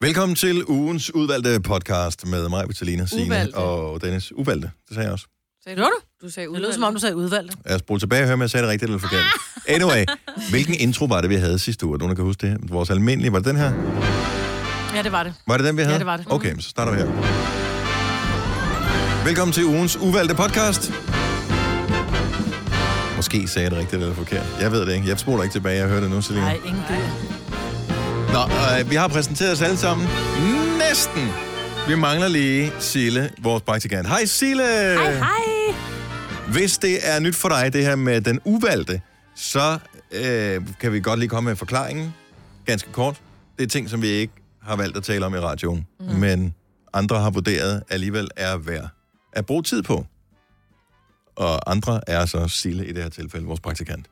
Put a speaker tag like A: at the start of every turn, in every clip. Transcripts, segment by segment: A: Velkommen til ugens udvalgte podcast med mig, Vitalina, Signe
B: Uvalgte.
A: og Dennis. Uvalgte, det sagde jeg også.
B: Sagde du? Du sagde Altså,
C: Det lød som om, du sagde udvalgte.
A: Lad os spole tilbage og høre, om jeg sagde det rigtigt eller forkert.
C: Ah!
A: Anyway, hvilken intro var det, vi havde sidste uge? Er der Nogen, der kan huske det. Vores almindelige, var det den her?
C: Ja, det var det.
A: Var det den, vi havde?
C: Ja, det var det.
A: Okay, så starter vi her. Velkommen til ugens uvalgte podcast. Måske sagde jeg det rigtigt eller forkert. Jeg ved det ikke. Jeg spoler ikke tilbage. Jeg hører det nu, Selina.
C: Nej, ingen gider.
A: Nå, øh, vi har præsenteret os alle sammen. Næsten. Vi mangler lige Sille, vores praktikant. Hej Sille! Hej, hej! Hvis det er nyt for dig, det her med den uvalgte, så øh, kan vi godt lige komme med forklaringen. Ganske kort. Det er ting, som vi ikke har valgt at tale om i radioen, mm. men andre har vurderet alligevel er værd at bruge tid på. Og andre er så Sille i det her tilfælde, vores praktikant.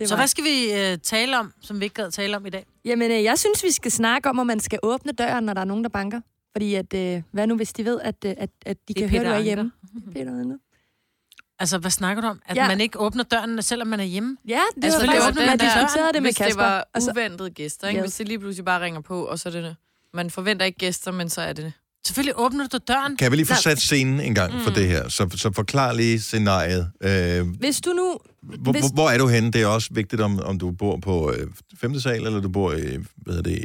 D: Det
C: Så
D: var-
C: hvad skal vi øh, tale om, som vi ikke gad tale om i dag?
D: Jamen, øh, jeg synes, vi skal snakke om, om man skal åbne døren, når der er nogen, der banker. Fordi at, øh, hvad nu, hvis de ved, at, øh, at, at de
B: Det er
D: kan høre,
B: Peter
D: du er
B: Anker.
D: hjemme? Det er Peter Anker.
C: Altså, hvad snakker du om? At ja.
D: Ja.
C: man ikke åbner døren, selvom man er hjemme?
D: Ja, det
B: Altså,
D: altså,
B: det
D: var faktisk,
B: var den
D: man
B: der-
D: diskuterede det med
B: Hvis
D: Kasper.
B: det var
D: Altså,
B: uventede gæster, ikke?
D: Ja.
B: Hvis det lige pludselig bare ringer på, og så er det... Man forventer ikke gæster, men så er det det.
C: Selvfølgelig åbner du døren.
A: Kan vi lige få
D: Nej.
A: sat scenen en gang for det her? Så, så forklar lige scenariet. Øh,
D: hvis du nu...
A: Hvor,
D: Hvis-
A: hvor, hvor er du henne? Det er også vigtigt, om, om du bor på øh, 5. sal, eller du bor i hvad hedder det,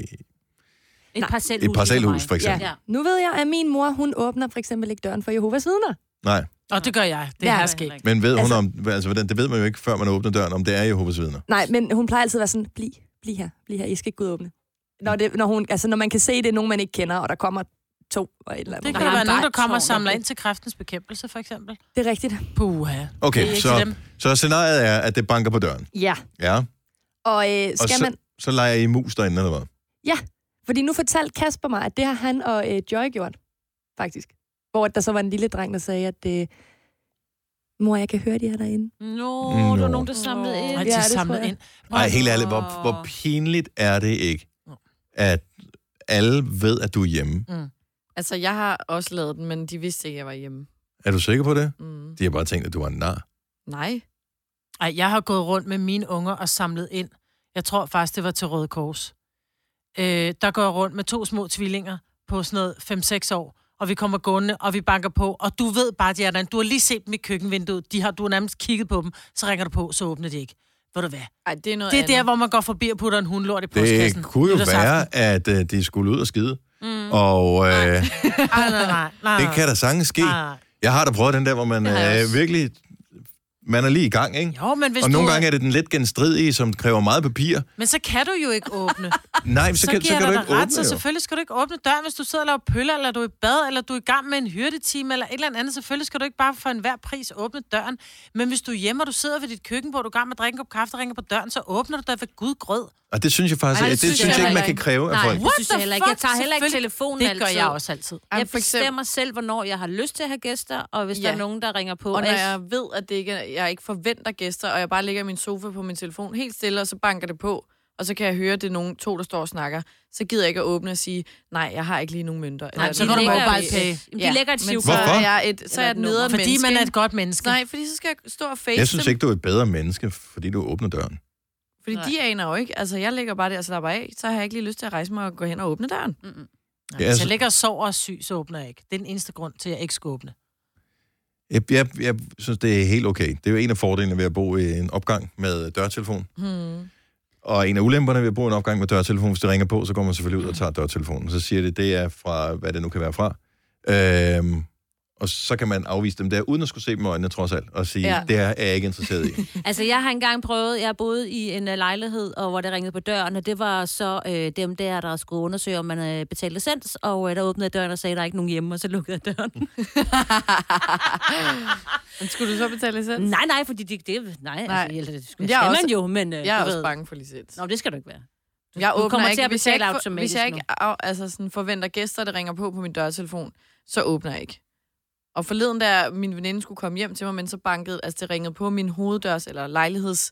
E: Et parcelhus.
A: et parcelhus, for eksempel. Ja.
E: Ja.
D: Nu ved jeg, at min mor, hun åbner for eksempel ikke døren for Jehovas vidner.
A: Nej,
C: Og det gør jeg. Det
D: Ja.
C: er her sket.
A: men ved altså,
D: Altså-
A: hun om... Altså, hvordan, det ved man jo ikke, før man åbner døren, om det er Jehovas vidner.
D: Nej, men hun plejer altid at være sådan, bliv, bliv her, bliv her, I skal ikke gå ud og åbne. Når, det, når, hun, altså, når man kan se, det er nogen, man ikke kender, og der kommer to og et eller andet.
C: Det kan
D: Det,
E: Der
C: der
E: er
C: være
E: en
C: nogen, der
E: vagt
C: kommer og
E: tårn,
C: samler
E: okay.
C: ind til kræftens bekæmpelse, for eksempel.
D: det er rigtigt.
C: Puha. Det er
A: Okay,
C: ikke
A: så,
C: til dem.
A: så scenariet er, at det banker på døren.
D: Ja.
A: Ja,
D: Og øh, skal
A: og så,
D: man...
A: så leger I mus derinde, eller hvad?
D: Fordi nu fortalte Kasper mig, at det har han og øh, Joy gjort, faktisk. Hvor der så var en lille dreng, der sagde, at øh, mor, jeg kan høre, de er derinde.
E: Nå,
A: Nå.
E: der var nogen, der samlede
B: Nå.
E: ind.
C: Nej,
D: Ja,
C: de
D: det tror
C: samlet
D: jeg.
C: ind.
A: Nej, Mm. helt ærligt, hvor, hvor pinligt er det ikke, at alle ved, at du er hjemme?
B: Altså, jeg har også lavet den, men de vidste ikke, at jeg var hjemme.
A: Er du sikker på det?
B: Mm.
A: De har bare tænkt, at du er en nar.
B: Nej.
C: Ej, jeg har gået rundt med mine unger og samlet ind. Jeg tror faktisk, det var til Røde Kors. Øh, der går jeg rundt med to små tvillinger på sådan noget 5-6 år, og vi kommer gående, og vi banker på, og du ved bare, de er derinde. Du har lige set dem i køkkenvinduet, de har, du har nærmest kigget på dem, så ringer du på, så åbner de ikke. Ved du hvad?
B: Ej, det er noget
C: Det er
B: andet.
C: der, hvor man går forbi og putter en hundlort i postkassen.
A: Det kunne jo
C: nytårsaften.
A: være, at øh, de skulle ud og skide. Mm. Og øh,
C: Ej, nej, nej, nej.
A: det kan da sagtens ske.
C: nej.
A: Jeg har da prøvet den der, hvor man
B: Det har jeg
A: øh,
B: også.
A: virkelig... Man er lige i gang, ikke?
C: Jo, men hvis
A: og nogle
C: du...
A: gange er det den lidt genstridige, som kræver meget papir.
C: Men så kan du jo ikke åbne.
A: Nej, så,
C: så,
A: så kan, så
C: giver
A: kan
C: jeg
A: du
C: dig
A: ikke
C: da ret,
A: åbne,
C: så
A: jo.
C: selvfølgelig skal du ikke åbne døren, hvis du sidder og laver pøller, eller du er i bad, eller du er i gang med en hyrdetime, eller et eller andet. Selvfølgelig skal du ikke bare for enhver pris åbne døren. Men hvis du er hjemme, og du sidder ved dit køkken, hvor du er i gang med at drikke en kop kaffe, der ringer på døren, så åbner du dig ved gud grød.
A: Og det synes jeg faktisk,
B: Ej,
A: Ej,
B: det
A: det, det
B: synes
A: synes
B: jeg
A: jeg ikke, man
B: heller
A: kan
B: ikke.
A: kræve af
E: Nej,
A: folk.
E: det
C: What
E: synes
C: the
E: jeg heller ikke. Jeg
C: fuck?
E: tager heller ikke
C: Selvfølgelig.
E: telefonen
C: Det
E: altid.
C: gør jeg også altid.
B: Jamen,
E: Jeg
B: for eksempel-
E: bestemmer selv, hvornår jeg har lyst til at have gæster, og hvis der
B: Ja.
E: er nogen, der ringer på.
B: Og når
E: jeg-
B: jeg ved, at det ikke er, jeg ikke forventer gæster, og jeg bare ligger i min sofa på min telefon helt stille, og så banker det på, og så kan jeg høre, at det er nogen to, der står og snakker, så gider jeg ikke at åbne og sige, nej, jeg har ikke lige nogen mønter.
E: Nej,
C: så
E: de
C: går du
E: lægger
C: mobile
E: et-
C: pay.
E: Jamen, De lægger
B: men
E: et chip.
B: så
A: Hvorfor?
B: er jeg et, så er jeg et
E: Eller et
B: nederen
C: Fordi
B: menneske.
C: man er et godt menneske.
B: Nej, fordi så skal jeg stå og face
A: Jeg synes
B: dem,
A: ikke, du er et bedre menneske, fordi du åbner døren.
B: fordi de aner jo ikke. Altså, jeg ligger bare der og slapper af, så har jeg ikke lige lyst til at rejse mig og gå hen og åbne døren.
C: Nej,
A: Ja,
C: hvis
A: altså-
C: jeg ligger og sover og er syg, så åbner jeg ikke. Det er den eneste grund til, at jeg ikke skal åbne.
A: Jeg, jeg, jeg synes, det er helt okay. Det er jo en af fordelene ved at bo i en opgang med dørtelefon.
B: Hmm.
A: Og en af ulemperne ved at bo i en opgang med dørtelefon, hvis det ringer på, så går man selvfølgelig ud og tager dørtelefonen. Så siger det, det er fra, hvad det nu kan være fra. Øhm, og så kan man afvise dem der, uden at skulle se dem i øjnene trods alt, og sige, ja.
B: Ja.
A: det her er jeg ikke interesseret i.
E: Altså, jeg har engang prøvet, jeg boede i en øh, lejlighed, og hvor det ringede på døren, og det var så øh, dem der, der skulle undersøge, om man øh, betalte licens, og øh, der åbnede jeg døren og sagde, der er ikke nogen hjemme, og så lukkede jeg døren.
B: Men skulle du så betale licens?
E: nej, nej, fordi det, det nej, nej.
B: Nej.
E: Altså, eller det skal,
B: Men
E: skal
B: jeg er
E: man
B: også-
E: jo, men øh,
B: Jeg er
E: du
B: også
E: ved.
B: bange for licens.
E: Nå, det skal du ikke være. Du,
B: Jeg
E: du
B: åbner
E: kommer
B: ikke,
E: til at
B: hvis jeg
E: betale
B: ikke, for-
E: automatisk
B: Hvis jeg
E: nu.
B: ikke af, altså sådan, forventer gæster, der ringer på på min dørtelefon, så åbner jeg ikke. Og forleden, da min veninde skulle komme hjem til mig, men så bankede, altså det ringede på min hoveddørs eller lejligheds,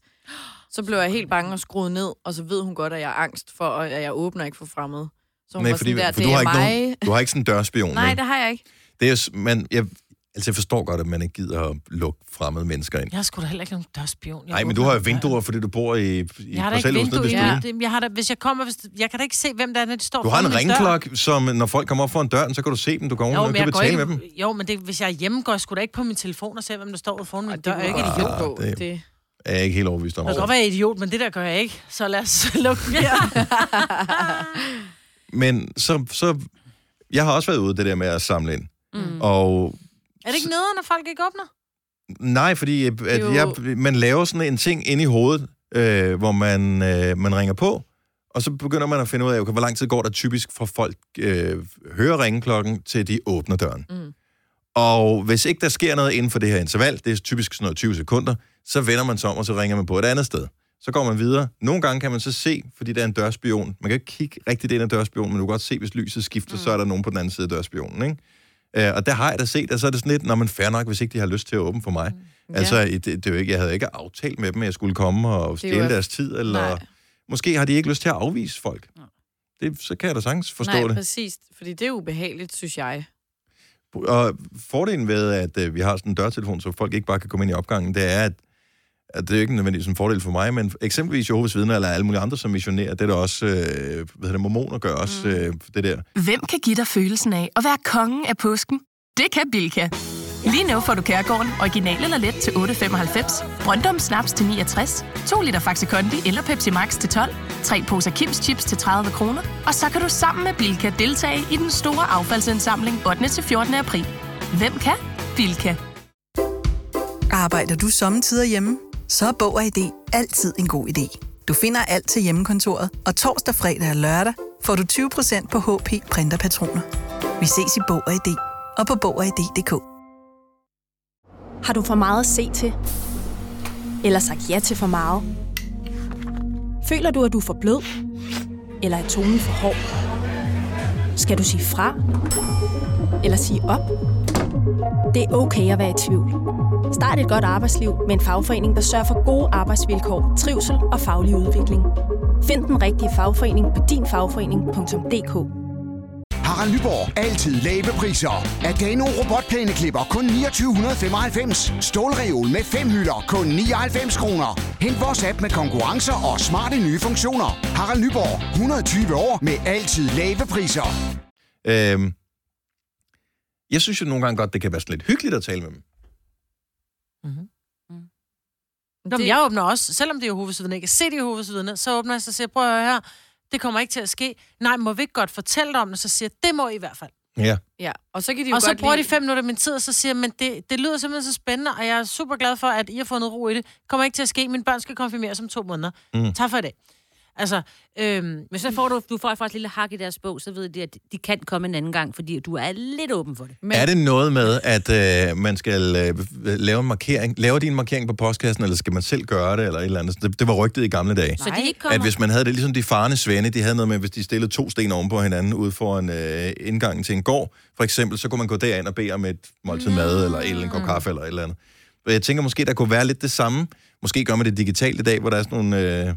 B: så blev jeg helt bange og skruede ned, og så ved hun godt, at jeg har angst for, at jeg åbner ikke for fremmede. Så hun
A: Nej,
B: var
A: fordi,
B: sådan der,
A: for
B: det
A: du har,
B: er
A: ikke
B: mig.
A: nogen, du har ikke sådan en dørspion.
B: Nej,
A: vel?
B: det har jeg ikke.
A: Det er, s- men jeg, Altså, jeg forstår godt, at man ikke gider at lukke fremmede mennesker ind.
C: Jeg har sgu da heller ikke nogen dørspion. Jeg
A: Nej, men du
C: åbner
A: har jo
C: døren.
A: vinduer, fordi du bor i, i
C: Jeg har da ikke
A: parcelhuset nede
C: vindue
A: ved
C: i
A: stuen.
C: ja. Jeg har da, hvis jeg kommer, hvis, jeg kan da ikke se, hvem det er, når de står
A: Du har en
C: foran min dør.
A: ringklok, som når folk kommer op foran døren, så kan du se dem. Du kan
C: Jo,
A: oven
C: men
A: kan
C: jeg går
A: betale
C: ikke,
A: med dem.
C: jo, men det, hvis jeg er hjemme, går jeg sgu da ikke på min telefon og ser, hvem Mm, der står ude foran min
B: Det
C: dør. Jeg er ikke
B: et
A: Ah,
C: idiot.
B: idiot.
A: det-
B: Det. det.
A: Jeg er ikke helt overbevist om
C: Jeg kan godt
A: det.
C: være idiot, men det der gør jeg ikke. Så lad os lukke den her.
A: Men så, så... Jeg har også været ude det der med at samle ind.
E: Mm.
A: Og
C: Er det ikke nederen, når folk ikke åbner?
A: nej, fordi øh, at
B: jo-
A: jeg, man laver sådan en ting inde i hovedet, øh, hvor man, øh, man ringer på, og så begynder man at finde ud af, okay, hvor lang tid går der typisk fra folk øh, hører ringeklokken, til de åbner døren.
B: Mm.
A: Og hvis ikke der sker noget inden for det her interval, det er typisk sådan noget 20 sekunder, så vender man sig om, og så ringer man på et andet sted. Så går man videre. Nogle gange kan man så se, fordi der er en dørspion. Man kan ikke kigge rigtigt ind ad dørspionen, men du kan godt se, hvis lyset skifter, mm. så er der nogen på den anden side af dørspionen. Ikke? Øh, og der har jeg da set, at så er det sådan lidt, når man fair nok, hvis ikke de har lyst til at åbne for mig. Mm. Altså, det, det, er jo ikke, jeg havde ikke aftalt med dem, at jeg skulle komme og
B: Det er jo
A: stjæle
B: at-
A: deres tid, eller
B: Nej.
A: måske har de ikke lyst til at afvise folk. Det, så kan jeg da sagtens forstå
B: Nej,
A: det.
B: præcis. Fordi det er ubehageligt, synes jeg.
A: Og fordelen ved, at øh, vi har sådan en dørtelefon, så folk ikke bare kan komme ind i opgangen, det er, at, at det er jo ikke nødvendigvis en fordel for mig, men eksempelvis Jehovas vidner eller alle mulige andre som missionærer, det er der også, øh, hvad hedder det, mormoner gør også mm. øh, det der.
F: Hvem kan give dig følelsen af at være kongen af påsken? Det kan Bilka. Lige nu får du Kærgården original eller let til 8.95, Brøndum Snaps til 69, 2 liter Faxi Kondi eller Pepsi Max til 12, 3 poser Kims Chips til 30 kroner, og så kan du sammen med Bilka deltage i den store affaldsindsamling 8. til 14. april. Hvem kan? Bilka.
G: Arbejder du sommetider hjemme? Så er Bog og ID altid en god idé. Du finder alt til hjemmekontoret, og torsdag, fredag og lørdag får du 20% på HP Printerpatroner. Vi ses i Bog og ID og på Bog og ID.dk.
H: Har du for meget at se til? Eller sagt ja til for meget? Føler du, at du er for blød? Eller er tonen for hård? Skal du sige fra? Eller sige op? Det er okay at være i tvivl. Start et godt arbejdsliv med en fagforening, der sørger for gode arbejdsvilkår, trivsel og faglig udvikling. Find den rigtige fagforening på dinfagforening.dk.
I: Harald Nyborg. Altid lave priser. Adano robotplæneklipper kun 2995. Stålreol med fem hylder kun 99 kroner. Hent vores app med konkurrencer og smarte nye funktioner. Harald Nyborg. 120 år med altid lave priser.
A: Øhm, jeg synes jo nogle gange godt, det kan være sådan lidt hyggeligt at tale med dem.
C: Nå, men jeg åbner også, selvom det er Jehovas vidne, ikke kan se det er Jehovas vidne, så åbner jeg så og siger, prøv at høre her, det kommer ikke til at ske. Nej, må vi ikke godt fortælle dig om det? Så siger jeg, det må I, i hvert fald.
A: Ja.
B: Ja, og så kan de jo
C: Og så
B: godt
C: bruger de
B: lide-
C: fem minutter af min tid, og så siger jeg, men det, det lyder simpelthen så spændende, og jeg er super glad for, at I har fundet ro i det. Kommer ikke til at ske, mine børn skal konfirmeres om to måneder. Mm. Tak for i dag. Altså, øhm,
E: Men så får du, du får faktisk et lille hak i deres bog, så ved de, at de kan komme en anden gang, fordi du er lidt åben for det.
A: Men... Er det noget med, at øh, man skal øh, lave en markering? Laver de en markering på postkassen, eller skal man selv gøre det, eller et eller andet? Det, det var rygtet i gamle dage.
E: Så de ikke kommer...
A: At hvis man havde det ligesom de farne svende, de havde noget med, hvis de stillede to sten oven på hinanden ude foran øh, indgangen til en gård, for eksempel, så kunne man gå derind og bede om et måltid mad, eller et eller en kop kaffe, eller et eller andet. Og jeg tænker måske, der kunne være lidt det samme. Måske gør man det digitalt i dag, hvor der er sådan nogle... Øh,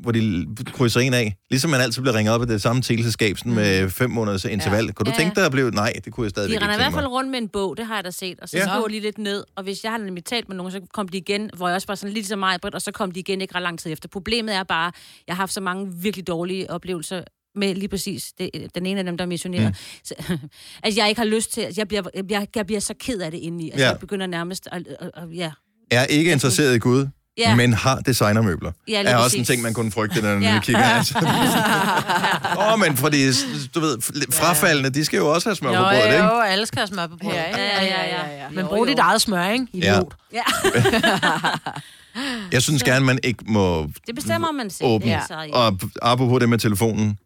A: hvor de l- krydser en af. Ligesom man altid bliver ringet op af det samme teleselskab sådan med fem måneders interval. Kunne du
E: Mm. Ja.
A: tænke dig at blive... Nej, det kunne jeg stadigvæk
E: De
A: ikke
E: render i
A: tænke
E: hvert fald
A: mig.
E: rundt med en bog, det har jeg da set, og så
A: Ja.
E: ja. skriver de lidt lidt ned. Og hvis jeg har nemlig talt med nogen, så kom de igen, hvor jeg også var sådan lidt så meget, Britt, og så kom de igen ikke ret lang tid efter. Problemet er bare, jeg har haft så mange virkelig dårlige oplevelser med lige præcis det, den ene af dem, der missionerer. Mm. Så, at jeg ikke har lyst til, at jeg bliver, jeg, bliver- jeg bliver så ked af det indeni. Altså,
A: Ja.
E: ja. jeg begynder nærmest at, at, at, at ja.
A: Er ikke interesseret i Gud,
E: Ja.
A: men har designermøbler.
E: Ja, lige
A: er også
E: præcis.
A: en ting, man kunne frygte, når man
E: Ja.
A: kigger. Altså. Åh, oh, men fordi, du ved, frafaldende, de skal jo også have smør
C: jo,
A: på bordet, ikke?
C: jo, alle skal have smør på brødet.
B: Ja, ja, ja, ja, ja.
C: Men
B: Jo,
C: brug
B: jo.
C: dit eget smør, ikke?
A: Ja.
C: Idiot.
E: ja.
A: Jeg synes gerne, man ikke må
E: Det bestemmer man selv.
A: åbne.
E: Ja. Så, ja.
A: Og apropos det med telefonen,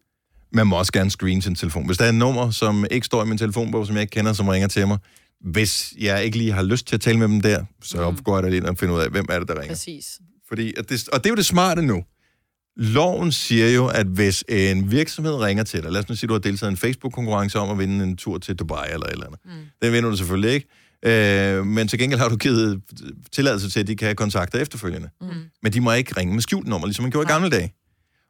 A: man må også gerne screene sin telefon. Hvis der er et nummer, som ikke står i min telefonbog, som jeg ikke kender, som ringer til mig, hvis jeg ikke lige har lyst til at tale med dem der, så mm. går jeg da lige ind og finder ud af, hvem er det, der ringer.
B: Præcis.
A: Fordi, at det, og det er jo det smarte nu. Loven siger jo, at hvis en virksomhed ringer til dig, lad os nu sige, du har deltaget i en Facebook-konkurrence om at vinde en tur til Dubai eller et eller andet. Mm. Den vinder du selvfølgelig ikke. Øh, men til gengæld har du givet tilladelse til, at de kan kontakte dig efterfølgende. Mm. Men de må ikke ringe med skjult nummer, ligesom man gjorde i gamle dage.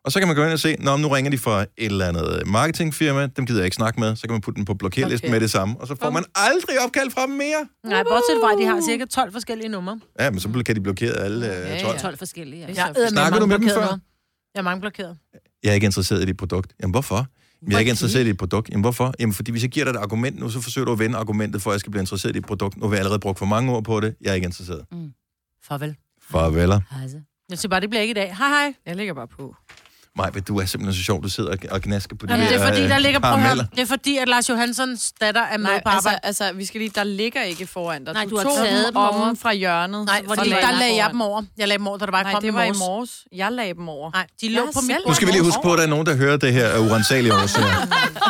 A: Og så kan man gå ind og se, nå, men nu ringer de fra et eller andet marketingfirma, dem gider jeg ikke snakke med, så kan man putte dem på blokerlisten
C: Okay.
A: med det samme, og så får man aldrig opkald fra dem mere.
C: Nej, bortset fra, at de har cirka 12 forskellige numre.
A: Ja, men så kan de blokere alle øh, 12.
E: 12 forskellige. Ja.
C: Jeg
B: så
C: er
A: Snakker du med dem før?
C: Jeg er mange blokeret.
A: Jeg er ikke interesseret i dit produkt. Jamen, hvorfor? Jeg er ikke interesseret i dit produkt. Jamen, hvorfor? Jamen, fordi hvis jeg giver dig et argument nu, så forsøger du at vende argumentet for, at jeg skal blive interesseret i dit produkt. Nu har jeg allerede brugt for mange ord på det. Jeg er ikke interesseret.
C: Farvel.
A: Farveler.
E: Altså.
C: Jeg siger bare, det bliver ikke i dag. Hej, hej.
B: Jeg ligger bare på.
A: Maj, du er simpelthen så sjov. Du sidder og- og gnasker på øh,
C: Jamen, det er fordi, der ligger på
A: her.
C: ham. Det er fordi, at Lars Johanssons datter er med
B: Nej,
C: på
B: altså,
C: arbejde.
B: altså, vi skal lige, der ligger ikke foran dig.
E: Nej, du har
B: tog
E: taget
B: dem
E: dem over.
B: om fra hjørnet.
C: Nej,
B: og
C: fordi
E: de
C: der
E: ligger
C: lagde jeg
B: foran.
C: dem over. Jeg lagde dem over, da der bare
B: Nej,
C: kom
B: det var i
C: morges.
B: morges. Jeg lagde dem over.
C: Nej, de
B: Jeg
C: lå
B: har
C: på mit
B: selv
C: bord.
A: Nu skal vi lige huske på, at der er nogen, der hører det her af urensagelige årsager. Øh,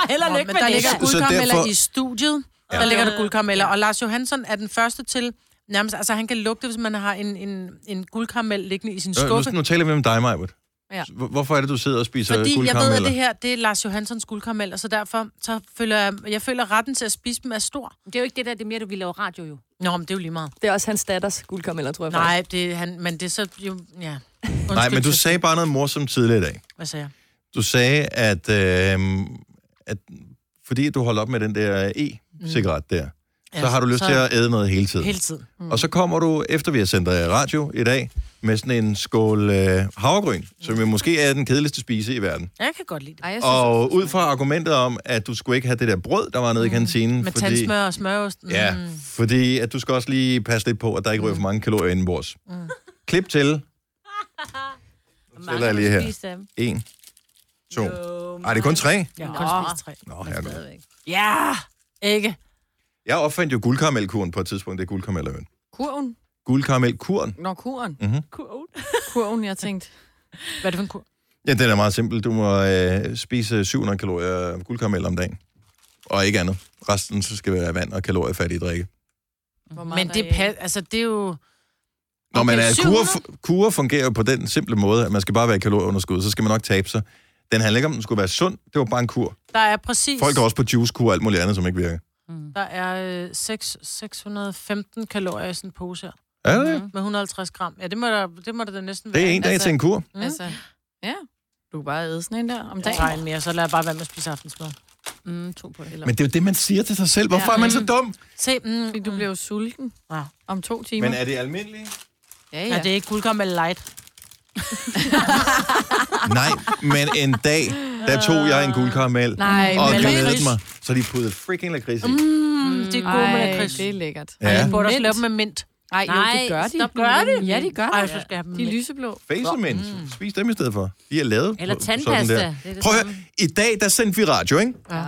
C: Heller
B: Nå,
C: ikke
B: men
C: med
B: der ligger
C: det. ligger
A: Så- så
C: guldkarameller
A: derfor-
C: i studiet. Ja. Der ligger der guldkarameller. Og Lars Johansson er den første til... Nærmest, altså han kan lugte, hvis man har en, en, en guldkaramel liggende i sin
A: Øh,
C: skuffe.
A: Nu, nu taler vi om dig, Majbert.
B: Ja.
A: Hvorfor er det, du sidder og spiser
C: Fordi jeg ved, at
A: guldkarameller?
C: det her, det er Lars Johanssons guldkaramel, og så derfor, så føler jeg, jeg føler at retten til at spise dem er stor.
E: Det er jo ikke det der, det er mere, du vil lave radio jo.
C: Nå, men det er jo lige meget.
D: Det er også hans datters guldkarameller, tror jeg faktisk.
C: Nej, det, er han, men det er så jo, ja. Undskyld,
A: Nej, men du
C: Kirsten.
A: sagde bare noget morsomt tidligere i dag.
C: Hvad sagde jeg?
A: Du sagde, at, øh, at fordi du holdt op med den der øh, e-cigaret der, så har du lyst til at æde noget hele tiden.
C: Hele tiden.
A: Og så kommer du, efter vi har sendt øh, radio i dag, med sådan en skål øh, havregryn, som jo måske er den kedeligste spise i verden.
C: Ja, Jeg kan godt lide det. Mm.
B: Ej, jeg synes,
A: Og ud fra argumentet om, at du skulle ikke have det der brød, der var nede i kantinen.
C: Med
A: fordi-
C: tandsmør og smørost. Mm.
A: Ja, fordi at du skal også lige passe lidt på, at der ikke ryger for mange kalorier indenbords.
C: Mm.
A: Klip til. Så jeg lige her. En, to. Ej, det er kun tre.
C: Jeg kan kun spise tre.
A: Nå, herregud.
C: Ja, ikke?
A: Jeg opfandt jo guldkaramelkuren på et tidspunkt. Det er guldkarameløven.
B: kurven.
A: Guldkaramelkuren.
B: Nå, kurven.
A: Mhm.
B: Kurven, jeg tænkte.
C: Hvad er det for en kur?
A: Ja, den er meget simpel. Du må øh, spise 700 kalorier guldkaramel om dagen. Og ikke andet. Resten så skal være vand og kaloriefattige drikke.
B: Hvor
C: Men det,
B: deraf.
C: pa- altså, det er jo...
A: Nå, men
C: Okay,
A: altså, kurer,
C: 700?
A: kurer fungerer jo på den simple måde, at man skal bare være i kalorieunderskud, så skal man nok tabe sig. Den handler ikke om, at den skulle være sund. Det var bare en kur.
C: Der er præcis...
A: Folk går også på juicekur og alt muligt andet, som ikke virker.
C: Der er øh, seks- 615 kalorier i sådan en pose her.
A: Er det?
C: Med 150 gram. Ja, det må der, det må der næsten
A: Det
C: være.
A: er en dag til en kur.
C: Mm.
B: Mm-hmm. Altså, ja. Du kan bare æde sådan en der om
C: Jeg
B: dagen.
C: tager en altså, mere, så lader jeg bare være med at spise aftensmad.
E: Mm, to på det. Eller...
A: Men det er jo det, man siger til sig selv. Hvorfor er man så dum?
C: Se, mm,
B: Fordi du bliver jo sulten
C: Ja.
B: om to timer.
A: Men er det almindeligt?
B: ja,
C: Ja. Mm,
B: ja.
C: Er det ikke guldkaramel light?
A: Nej, men en dag, der tog jeg en guldkaramel
B: Nej,
A: og
B: men
A: glædede mig. Så de puttede freaking lakrids i.
C: Mm, det er gode med
B: Ej,
C: lakrids.
B: det er lækkert.
A: Ja.
C: Jeg burde også
B: Mint.
C: lave dem med mint.
B: Ej, jo,
E: Nej,
B: det gør de.
E: stop, gør de?
B: Ja, de gør
C: Ej,
B: det.
C: så skal jeg have dem
B: De er
C: med.
B: lyseblå.
A: Facemint. Spis dem i stedet for. De er lavet
E: Mm. Eller
A: på- sådan
E: tandpasta. Det er
A: der.
E: det
A: Prøv at høre.
E: samme.
A: I dag, der sendte vi radio, ikke?
E: Ja.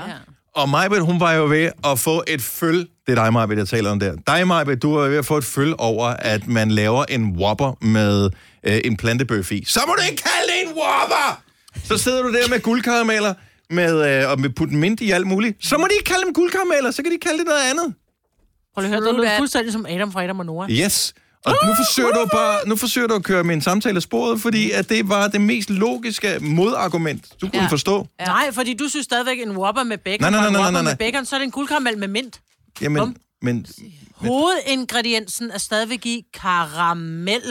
A: Og Majbet, hun var jo ved at få et føl. Det er dig, Majbet, jeg taler om der. Dig, Majbet, du var ved at få et føl over, at man laver en whopper med øh, en plantebøf i. Så må du ikke kalde det en whopper! Så sidder du der med guldkarameller med, øh, og med putten mint i alt muligt. Så må de ikke kalde dem guldkarameller, så kan de kalde det noget andet.
C: Prøv lige at høre,
B: True
C: det lyder
B: that.
C: fuldstændig som Adam fra Adam og Nora.
A: Yes. Og nu forsøger, du bare, nu forsøger du at køre min samtale af sporet, fordi at det var det mest logiske modargument, du kunne ja.
B: Ja.
A: forstå.
C: Ja. Nej, fordi du synes stadigvæk, en Whopper med bacon,
A: Nej, nej,
C: var en
A: nej, nej,
C: Whopper
A: nej, nej.
C: med bacon, så er det en guldkaramel med mint.
A: Jamen,
C: Bum.
A: men,
C: Hovedingrediensen er stadigvæk i karamel.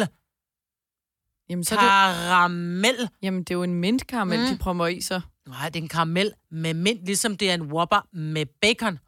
B: Jamen, så er det,
C: Karamel.
B: jamen, det er jo en mintkaramel,
C: Mm.
B: de prøver i sig.
C: Nej, det er en karamel med mint, ligesom det er en Whopper med bacon.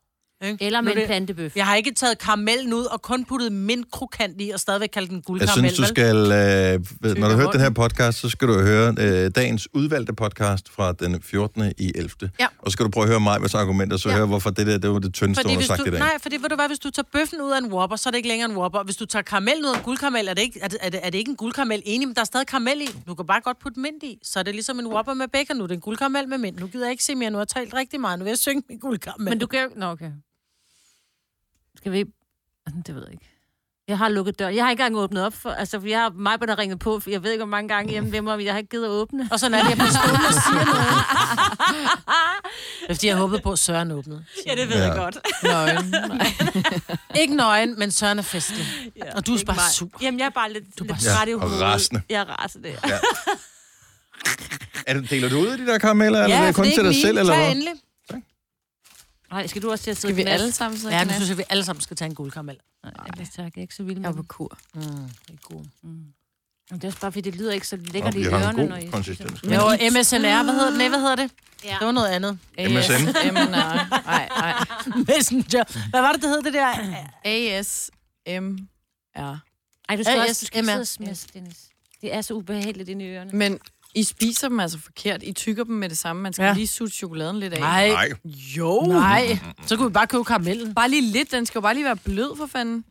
C: Ikke?
E: Eller med
C: Nu er
E: en
C: det-
E: plantebøf.
C: Jeg har ikke taget karamellen ud og kun puttet mint krokant i og stadigvæk kaldt den
A: Jeg
C: guldkaramel.
A: synes, du
C: vel?
A: skal, øh, ved- når du
B: Tykker
A: hører den her
B: rundt.
A: podcast, så skal du høre øh, dagens udvalgte podcast fra den 14. i 11.
C: Ja.
A: Og så skal du prøve at høre mig, hvad så argumenter, så ja. høre, hvorfor det der, det var det tyndeste, du
C: Fordi
A: har
C: hvis
A: sagt
C: du,
A: i dag.
C: nej, fordi ved du hvad, hvis du tager bøffen ud af en Whopper, så er det ikke længere en Whopper. Og Hvis du tager karamellen ud af en guldkaramel, er det ikke, er det, er det, er det ikke en guldkaramel enig, men der er stadig karamel i. Du kan bare godt putte mint i. Så er det ligesom en Whopper med bacon nu. Det er en guldkaramel med mint. Nu gider jeg ikke se mere. Nu har jeg talt rigtig meget. Nu vil jeg synge min guldkaramel.
E: Men du kan jo... Nå, okay. Skal vi... Hm, Det ved jeg ikke. Jeg har lukket døren. Jeg har ikke engang åbnet op for... Altså, for jeg har mig på, der ringet på. For jeg ved ikke, hvor mange gange hjemme ved mig, men jeg har ikke givet at åbne.
C: Og sådan er det, jeg bliver stående og siger noget. Det er, fordi jeg håbede på, at Søren åbnede.
E: Ja, det ved
A: Ja.
E: jeg godt.
B: Nøgen. Nej.
C: Ikke nøgen, men Søren er festlig.
E: Ja,
C: Og du er
E: ikke
C: bare
E: mig.
C: sur.
E: Jamen, jeg er bare lidt, du
C: bare
E: lidt
A: sur.
E: træt i
A: Ja, og
E: hovedet.
A: rasende.
E: Jeg er rasende. Ja.
A: Er det, deler du ud af de der karameller, eller er
C: altså,
A: det kun til dig selv, eller hvad?
C: endelig.
E: Ej, skal du også til at sidde
B: Skal vi
E: knas?
B: alle sammen sidde
C: Ja,
B: og
C: nu
B: knas?
C: synes jeg, vi alle sammen skal tage en guldkaramel.
E: Nej, tak. Jeg er ikke så vild
B: Jeg
E: med
B: er på
E: dem.
B: kur.
C: Mm, det er god.
E: Det er også bare, fordi det lyder ikke så lækkert
A: Og
E: i
A: vi har
E: ørerne,
A: en
E: når I...
A: god konsistens.
C: Jo, MSNR, hvad hedder det? Nej, hvad hedder det?
E: Ja.
C: Det var noget andet.
A: MSN.
B: ASMR. Nej, nej.
C: Messenger. Hvad var det, det hed det der?
B: ASMR.
E: Ej, du
C: Ja,
E: skal også
C: Øh, yes,
E: du skal ikke
C: Emma.
E: sidde og smaske, Dennis. Det er så ubehageligt inde i ørerne.
B: Men I spiser dem altså forkert. I tykker dem med det samme. Man skal
C: Ja.
B: ja. lige sutte chokoladen lidt af.
C: Nej.
A: Nej,
B: Jo.
C: Nej. Så kunne vi bare købe karamellen.
B: Bare lige lidt. Den skal jo bare lige være blød for fanden.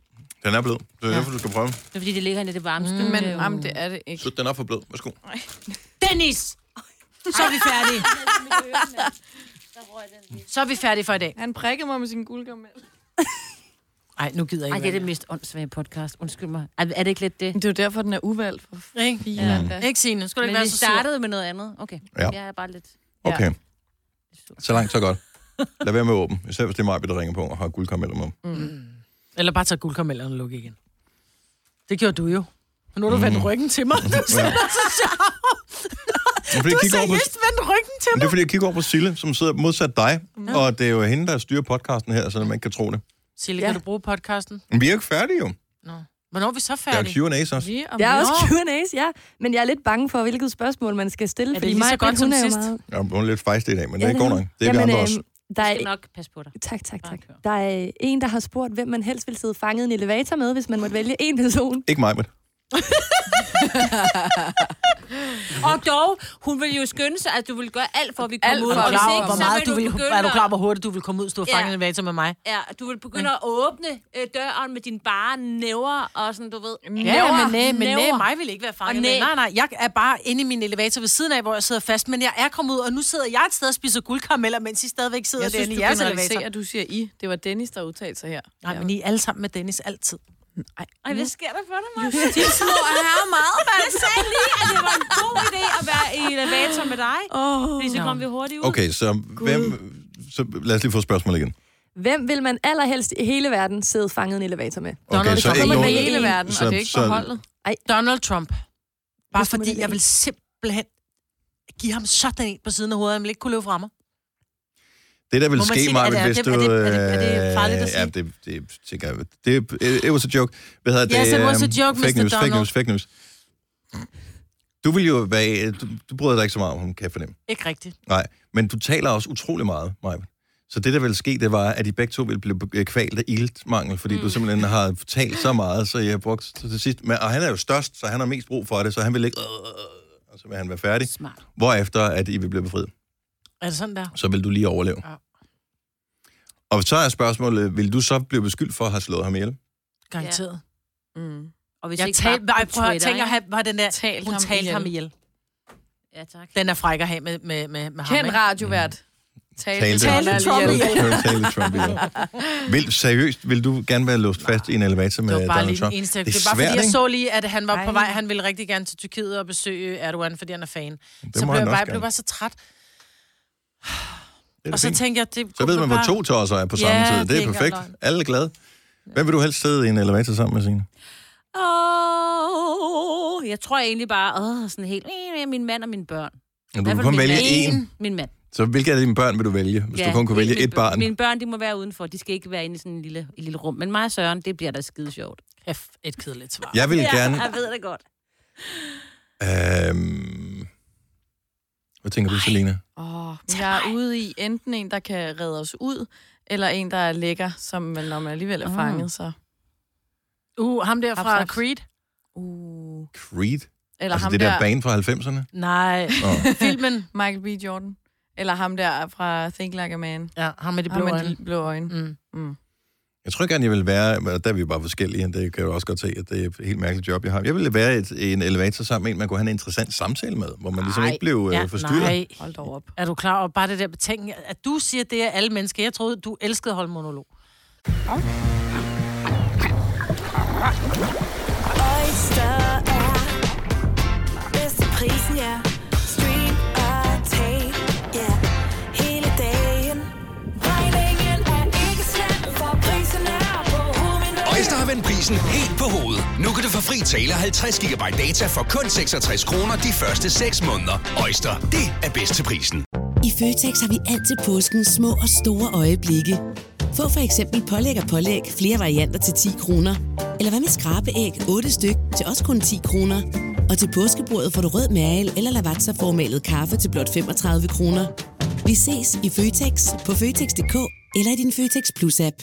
A: den er blød. Det er derfor, du skal prøve. den.
E: Det er fordi, det ligger inde i det varmeste.
B: Mm. Men jamen, det er det ikke.
A: Slut den op for blød. Værsgo.
C: Dennis! Så er vi færdige. Så er vi færdige for i dag.
B: Han prikkede mig med sin guldgammel.
C: Nej, nu gider jeg
E: Ej,
C: ikke.
E: det er det mest åndssvage podcast. Undskyld mig. Er, er det ikke lidt det?
B: Det er jo derfor, den er uvalgt for
C: mere. Ikke?
B: filen da.
C: Ikke Signe, nu skal du ikke
E: Men
C: være
E: vi
C: så sur.
E: startede med noget andet. Okay.
A: Ja.
E: Jeg er bare lidt...
A: Okay. Så langt, så godt. Lad være med åben. Især hvis det er mig, der ringer på og har guldkarameller med.
C: Eller bare tage guldkaramellerne og lukke igen. Det gjorde du jo. Men nu har du
A: Mm.
C: vendt ryggen til mig. Du ser så sjov.
A: Men fordi
C: Du
A: jeg
C: har
A: kigger over på,
C: seriøst vendt ryggen til
A: men det
C: mig.
A: er, fordi jeg kigger over på Sille, som sidder modsat dig. Og det er jo hende, der styrer podcasten her, så man ikke kan tro det.
C: Sille, kan du bruge podcasten?
A: Men vi er jo ikke færdige jo.
C: Hvornår er vi så
A: Der er
C: færdige?
A: Q&A's også.
B: Lige om
D: Der er
B: lidt.
D: også Q&A's, ja. Men jeg er lidt bange for, hvilket spørgsmål man skal stille.
C: Er det
D: fordi
C: lige så
D: Maja,
C: godt som
D: hun er jo
C: sidst?
D: meget-
A: Jeg er lidt fejst i dag, men det
D: Ja,
A: går nok. Det er vi
D: Jamen,
A: andre
D: øhm,
A: også.
D: Der
E: Jeg
D: er,
E: skal nok passe på dig.
D: tak, tak,
E: Bare
D: tak.
E: kør.
D: Der er øh, en, der har spurgt, hvem man helst vil sidde fanget i en elevator med, hvis man måtte vælge en person.
A: Ikke mig, men
E: Og dog, hun ville jo skynde sig, at du ville gøre alt for, at vi kom
B: Alt
E: ud.
B: for
C: Er
E: Og
C: du
B: at
E: hvis
C: klar over,
E: ikke,
C: hvor
E: så
C: meget
E: vil
C: du vil,
E: begynde
C: er du klar
E: at-
C: over, hvor hurtigt du vil komme ud og stå og fange
E: Ja.
C: i en elevator med mig?
E: Ja, du vil begynde at åbne øh, døre med dine bare næver og sådan, du ved.
C: Ja, men nej, men nej,
E: næver.
C: mig vil ikke være fanget.
E: Og
C: Nej.
E: næ.
C: nej, nej, jeg er bare inde i min elevator ved siden af, hvor jeg sidder fast, men jeg er kommet ud, og nu sidder jeg et sted og spiser guldkarameller, mens I stadigvæk sidder
B: Jeg synes,
C: derinde
B: du
C: i jeres
B: generaliserer,
C: elevator.
B: at du siger I. Det var Dennis, der udtalte sig her.
C: Nej, men I er alle sammen med Dennis altid.
E: Ej, hvad sker der for dig, Maja? De små og herre meget, mand. Jeg sagde lige, at det var en god idé at være i elevator med dig. Oh. Fordi så kom vi hurtigt ud.
A: Okay, så hvem... Så lad os lige få spørgsmål igen.
D: Hvem vil man allerhelst i hele verden sidde fanget i en elevator med?
C: Nå, når
A: Okay,
C: det
A: så
C: kommer
A: ikke
B: Ikke
D: med
A: nogen...
B: i hele verden,
A: så-
B: og det er ikke
A: så-
B: for holdet.
C: Donald Trump. Bare
D: Hvis du må
C: fordi
D: vælge
C: jeg
D: en.
C: vil simpelthen give ham sådan en på siden af hovedet, at han ikke kunne løbe fra mig.
A: Det der vil
C: Må man
A: ske,
C: sige, er
A: Maja,
C: det-
A: hvis
C: er
A: du... øh,
C: det- er det- er det- er det farligt at
A: Ja,
C: sige?
A: det, det tænker jeg... Det, e- it, it was a joke. Hvad hedder
C: Yes,
A: det?
C: it was a
A: øhm,
C: joke,
A: fake
C: Mr.
A: News,
C: Donald.
A: fake news, fake news. Du vil jo være... Du, du bryder dig ikke så meget om, hun kan jeg fornemme.
C: Ikke rigtigt.
A: Nej, men du taler også utrolig meget, Maja. Så det, der ville ske, det var, at I begge to ville blive øh, kvalt af iltmangel, fordi mm. du simpelthen har talt så meget, så jeg har brugt til til sidst. Men, og han er jo størst, så han har mest brug for det, så han vil ikke... Og så vil han være færdig.
E: Smart.
A: Hvorefter, at I vil blive befriet.
C: Er det sådan der?
A: så vil du lige overleve.
C: Ja.
A: Ja. Og så er spørgsmålet, vil du så blive beskyldt for at have slået ham ihjel?
C: Garanteret. Ja.
B: Mm.
E: Og hvis
C: Jeg
E: ikke
C: talte,
E: bare på
C: nej, prøv at høre,
E: Twitter,
C: tænk at
E: ikke?
C: have, var den der,
B: Talt
C: hun
B: ham
C: talte
B: ihjel.
C: ham ihjel.
E: Ja, tak.
C: Den er fræk at have med, med, med, med ham,
B: Kendt
C: ikke?
B: radiovært. Talte,
A: Talte
B: Trump ihjel.
A: Talte Trump ihjel. Vil, seriøst, vil du gerne være låst fast i en elevator med
C: Det var bare
A: Donald
C: lige den
A: Trump?
C: eneste.
A: Det
C: Det,
A: er
C: det var bare
A: svært,
C: fordi, jeg
A: ikke?
C: så lige, at han var Ej. på
D: Ej.
C: vej. Han ville rigtig gerne til Tyrkiet og besøge Erdogan, fordi han er fan.
A: Det
C: så
A: må han
C: blev jeg,
A: også
C: bare, jeg blev
A: gerne.
C: bare så træt.
A: Det er
C: Og så
A: fint.
C: tænkte jeg, det
A: så ved man, hvor
C: bare-
A: to tosser er på samme
C: Ja,
A: tid.
C: det er
A: Det
C: ikke
A: er perfekt.
C: engang løgn.
A: Alle er glade. Hvem vil du helst sidde i en elevator sammen med, Signe?
E: Åh, jeg tror egentlig bare, åh, sådan helt, øh, min mand og mine børn.
A: Du
E: Hvad
A: kan
E: for
A: kun
E: min
A: vælge
E: mand?
A: én.
E: Min mand.
A: Så hvilke af dine børn vil du vælge, hvis du kun kunne
E: min-
A: vælge
E: mine
A: et
E: børn-
A: barn?
E: Mine børn, de må være udenfor. De skal ikke være inde i sådan en lille, et lille rum. Men mig og Søren, det bliver da skide sjovt.
C: F, et kedeligt svar.
A: Jeg vil
E: Ja,
A: gerne...
E: Jeg ved det godt.
A: Øhm, hvad tænker du, Selina?
B: Åh, men jeg er ude i enten en, der kan redde os ud, eller en, der er lækker, som men når man alligevel er fanget, så...
C: Uh, ham der fra
B: Absolut.
C: Creed?
B: Uh.
A: Creed?
B: Eller
A: Altså
B: ham
A: det
B: der,
A: der bane fra 90'erne?
C: Nej.
A: Åh.
C: Filmen?
B: Michael B. Jordan. Eller ham der fra Think Like a Man.
C: Ja, ham med de
B: Ham
C: blå
B: med
C: øjne.
B: de blå øjne.
C: Mm.
B: Mm.
A: Jeg tror gerne, jeg vil være, men der er vi jo bare forskellige, det kan jeg jo også godt se, at det er et helt mærkeligt job, jeg har. Jeg ville være et, i en elevator sammen med en, man kunne have en interessant samtale med, hvor man ligesom
B: Ej,
A: ikke blev ja,
C: Ja,
A: øh, forstyrret. Nej.
C: nej.
B: Hold da op.
C: Er du klar over bare det der betænkning? At du siger, det er alle mennesker. Jeg troede, du elskede at holde monolog.
J: Oyster er bedst til prisen, ja. Stream og tag, ja. Hele dagen. Regningen er ikke slem, for prisen er på hovedet.
K: Øjster har vendt prisen helt på hovedet. Nu kan du få fri tale og 50 GB data for kun 66 kroner de første 6 måneder. Øjster, det er bedst til prisen.
L: I Føtex har vi alt til påsken små og store øjeblikke. Få for eksempel pålæg og pålæg flere varianter til 10 kroner. Eller hvad med skrabeæg 8 styk til også kun 10 kroner. Og til påskebordet får du rød mal eller lavatserformalet kaffe til blot 35 kroner. Vi ses i Føtex på Føtex.dk eller i din Føtex Plus-app.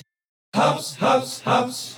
M: Haps, haps, haps.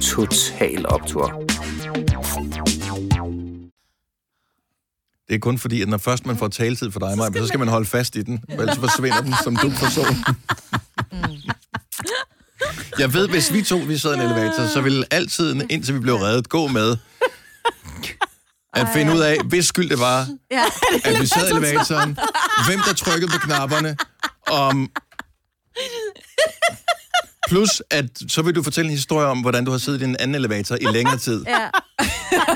N: Total Optor.
A: Det er kun fordi, at når først man får taletid for dig, Maja, så skal man holde fast i den, for ellers forsvinder den som du person. Jeg ved, hvis vi to vi sad i en elevator, så ville altid, indtil vi blev reddet, gå med at finde ud af, hvis skyld det var,
J: Ja.
A: at vi sad i elevatoren, hvem der trykkede på knapperne, om... Plus, at så vil du fortælle en historie om, hvordan du har siddet i en anden elevator i længere tid,
E: Ja.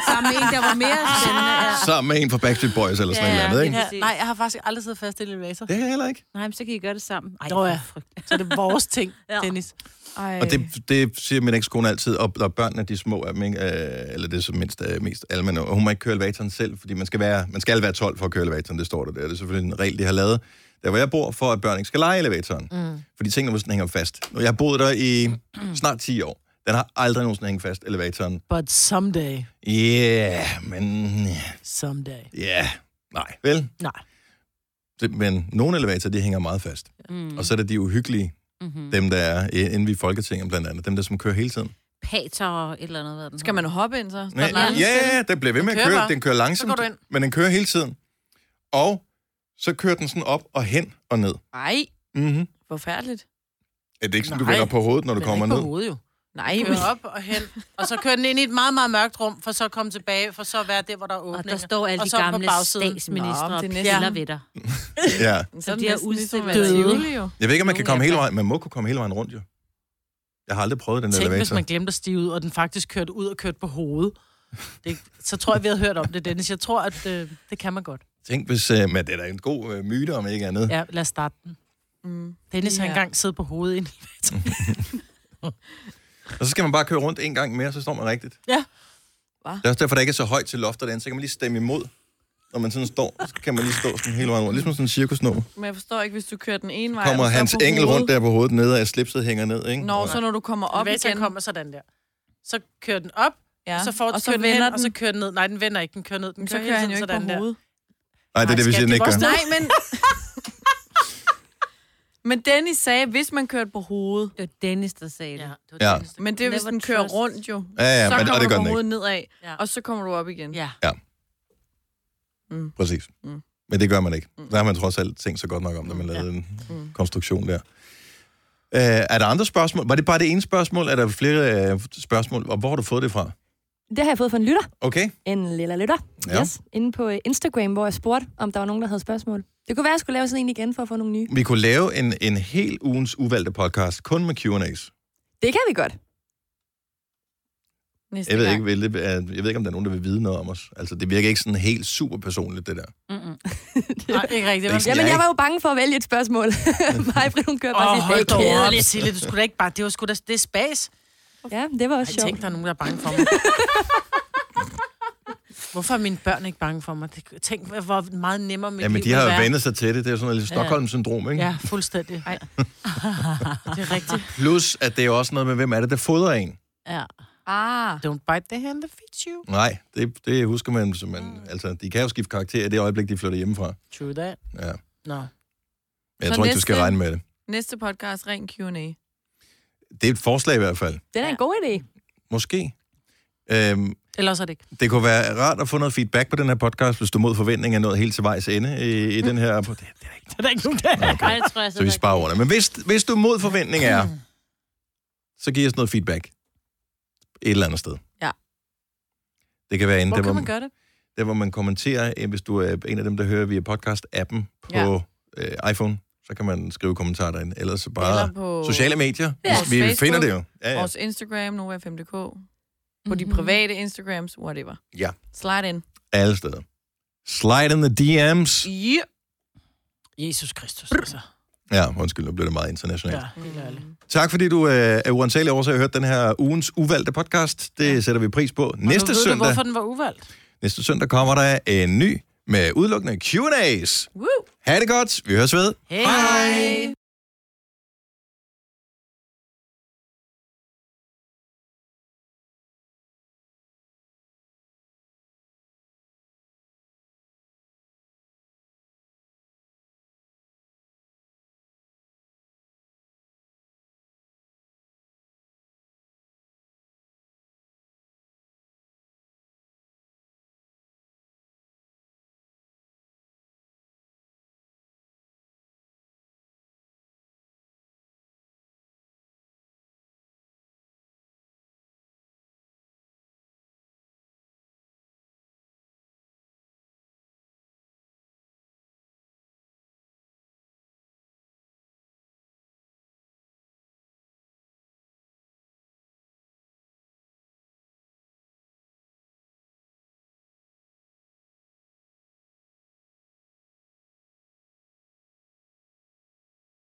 E: Sammen med en, der var mere
C: Ah.
E: spændende. Ja.
A: sammen med en fra Backstreet Boys eller sådan
E: Ja,
A: noget andet, ikke?
C: Ja, nej, jeg har faktisk aldrig siddet fast i en elevator.
A: Det har jeg heller ikke.
E: Nej, men så kan I gøre det sammen. Ej,
C: Nå ja, så er det vores ting, Dennis.
B: Ej.
A: Og det, det siger min ekskone altid, og når børnene de er små, er, men, øh, eller det er som mindst øh, mest almene, og hun må ikke køre elevatoren selv, fordi man skal, være, man skal være 12 for at køre elevatoren, det står der der. Det er selvfølgelig en regel, de har lavet, der hvor jeg bor, for at børn ikke skal lege i elevatoren. Mm. Fordi tingene måske hænger fast. Og jeg har boet der i snart 10 år. Den har aldrig nogensinde hængt fast, elevatoren.
C: But someday,
A: Yeah, men...
C: someday.
A: Ja, yeah. nej, vel?
C: Nej.
A: Det, men nogle elevatorer, de hænger meget fast.
E: Mm.
A: Og så er der de uhyggelige,
E: Mm-hmm.
A: dem der er øh, inde i Folketinget blandt andet, dem der som kører hele tiden.
E: Pater og et eller andet. Hvad den
B: Skal man hoppe ind så?
A: Nej, ja, ja, ja, den bliver ved med at
B: kører
A: køre.
B: bare.
A: Den kører
B: Så
A: langsomt,
B: går du ind.
A: men den kører hele tiden. Og så kører den sådan op og hen og ned.
B: Nej,
A: Mm-hmm.
B: forfærdeligt.
A: Er det ikke sådan, du
C: Nej.
A: vender på hovedet, når du kommer
C: ikke
A: ned?
C: på hovedet jo.
B: Nej,
C: Kører
B: men-
C: op og hen. Og så kører den ind i et meget, meget mørkt rum, for så at komme tilbage, for så at være der, hvor der er åbninger.
E: der står alle de
C: så på
E: gamle
C: bagsiden.
E: statsministre og
C: det er næsten-
E: piller ved dig.
A: Ja.
E: Så de har udstillet
C: jo.
A: Jeg ved ikke, om man kan komme hele vejen. Man må kunne komme hele vejen rundt, jo. Jeg har aldrig prøvet den
C: Tænk, hvis
A: elevator.
C: man glemte at stige ud, og den faktisk kørte ud og kørte på hovedet. Det, så tror jeg, vi havde hørt om det, Dennis. Jeg tror, at øh, det kan man godt.
A: Tænk, hvis... Øh, men det er da en god øh, myte, om ikke andet.
C: Ja, lad os starte den. Mm. Dennis har
B: Ja.
C: engang siddet på hovedet i en elevator.
A: Og så skal man bare køre rundt en gang mere, så står man rigtigt.
C: ja.
A: Det er også derfor, der ikke er så højt til loftet derinde. Så kan man lige stemme imod. Når man sådan står, så kan man lige stå sådan hele vejen rundt. Ligesom sådan en cirkusnummer.
B: Men jeg forstår ikke, hvis du kører den ene vej...
A: Kommer
B: og så
A: Hans
B: på
A: Engel
B: hovedet.
A: rundt der på hovedet nede, og slipset hænger ned, ikke?
B: Nå, så når du kommer op
C: Elevatoren
B: igen...
C: kommer sådan der. Så kører den op,
B: Ja.
C: ja. så får
B: Og
C: og
B: så
C: så kører den, hen,
B: vender
C: og så kører den ned. Nej, den vender ikke, den kører ned. Den
B: Så
C: kører,
B: kører
C: hele
B: han
C: tiden
B: jo ikke
C: sådan
B: på
C: der.
B: hovedet.
A: Nej, det er det, vi
C: skat,
A: siger, den
C: det
A: ikke
C: var
A: gør.
C: også
B: Nej, men... men Dennis sagde, hvis man kørte på hovedet...
E: Det var Dennis, der sagde det.
A: var Ja. Dennis,
B: Men det er, hvis
E: Never
B: den kører
E: trust.
B: rundt jo.
A: Ja, ja,
B: så
A: men- og
B: kommer
A: det gør
B: du
A: den
B: på
A: ikke.
B: hovedet nedad, og så kommer du op igen.
E: Ja.
A: Ja.
B: Mm.
A: Præcis.
B: Mm.
A: Men det gør man ikke. Der har man trods alt tænkt så godt nok om, når man lavede en
B: Mm.
A: konstruktion der. Øh, er der andre spørgsmål? Var det bare det ene spørgsmål? Er der flere øh, spørgsmål? Og hvor har du fået det fra?
D: Det har jeg fået fra en lytter.
A: Okay.
D: En lille lytter.
A: Ja.
D: Yes. Inde på øh, Instagram, hvor jeg spurgte, om der var nogen, der havde spørgsmål. Det kunne være, at jeg skulle lave sådan en igen for at få nogle nye.
A: Vi kunne lave en, en hel ugens uvalgte podcast, kun med Q&A's.
D: Det kan vi godt.
B: Næste
A: Jeg ved, ikke, vil det, øh, jeg ved ikke, om der er nogen, der vil vide noget om os. Altså, det virker ikke sådan helt super personligt, det der.
C: Nej, ikke rigtigt.
A: Det er ikke
D: Jamen,
A: jeg,
D: jeg var jo bange for at vælge et spørgsmål. Maja, hun kører
C: Åh,
D: bare
C: oh, hold
D: sådan,
C: dog
D: det er
C: op,
D: kedeligt.
C: Sille. Du skulle da ikke bare... Det var sgu da... Det er spas.
D: Ja, det var også
C: sjovt. Jeg tænkte, der er nogen, der er bange for mig. Hvorfor er mine børn ikke bange for mig? Det- Tænk, hvor meget nemmere mit
A: Jamen,
C: liv
A: de har
C: ville
A: jo
C: være.
A: vendt sig til det. Det er jo sådan noget lidt
C: Ja.
A: Stockholm-syndrom, ikke?
C: Ja, fuldstændig. Ej. det er rigtigt.
A: Plus, at det er også noget med, hvem er det, der fodrer en?
C: Ja.
B: Ah.
C: Don't bite the hand that feeds you.
A: Nej, det, det husker man, som man mm. altså, de kan jo skifte karakter i det øjeblik, de flytter hjemmefra.
C: True that.
A: Ja.
C: Nå.
A: Men jeg tror
B: Så
A: ikke, du
B: næste-
A: skal regne med det.
B: Næste podcast, ren Q&A.
A: Det er et forslag i hvert fald.
D: Det er en god idé.
A: Måske. Øhm,
C: Eller også er det ikke.
A: det kunne være rart at få noget feedback på den her podcast, hvis du mod forventning er nået helt til vejs ende i, i den her... Det, det,
C: Det er der ikke nogen, der er.
E: Okay. Ej, det tror jeg,
A: så vi sparer ordene. Men hvis, hvis du mod forventning er, så giv os noget feedback. Et eller andet sted.
B: Ja.
A: Det kan være inde
C: Hvor
A: der,
C: kan
A: hvor,
C: man gøre det?
A: der, hvor man kommenterer, øh, hvis du er en af dem, der hører via podcast-appen på øh, iPhone, så kan man skrive kommentarer derinde. Ellers så bare
B: Eller på-
A: sociale medier.
B: Ja.
A: Vi
B: Vores
A: finder det
B: Facebook,
A: jo. Ja, ja.
B: Vores Instagram, Nova5.dk. På de private Instagrams, whatever.
A: ja,
B: Slide ind.
A: alle steder. Slide in the DM's.
C: Yeah. Jesus Kristus, altså.
A: Ja, undskyld, nu blev det meget internationalt. Ja.
C: Helt ærligt.
A: Tak fordi du øh, af uansagelig årsag har hørt den her ugens uvalgte podcast. Det ja. sætter vi pris på.
C: Og
A: Næste
C: nu ved
A: søndag,
C: Du, hvorfor den var uvalgt.
A: næste søndag kommer der en ny med udelukkende Q&A's.
C: Woo!
A: Ha' det godt. Vi høres ved.
C: Hej. Hej.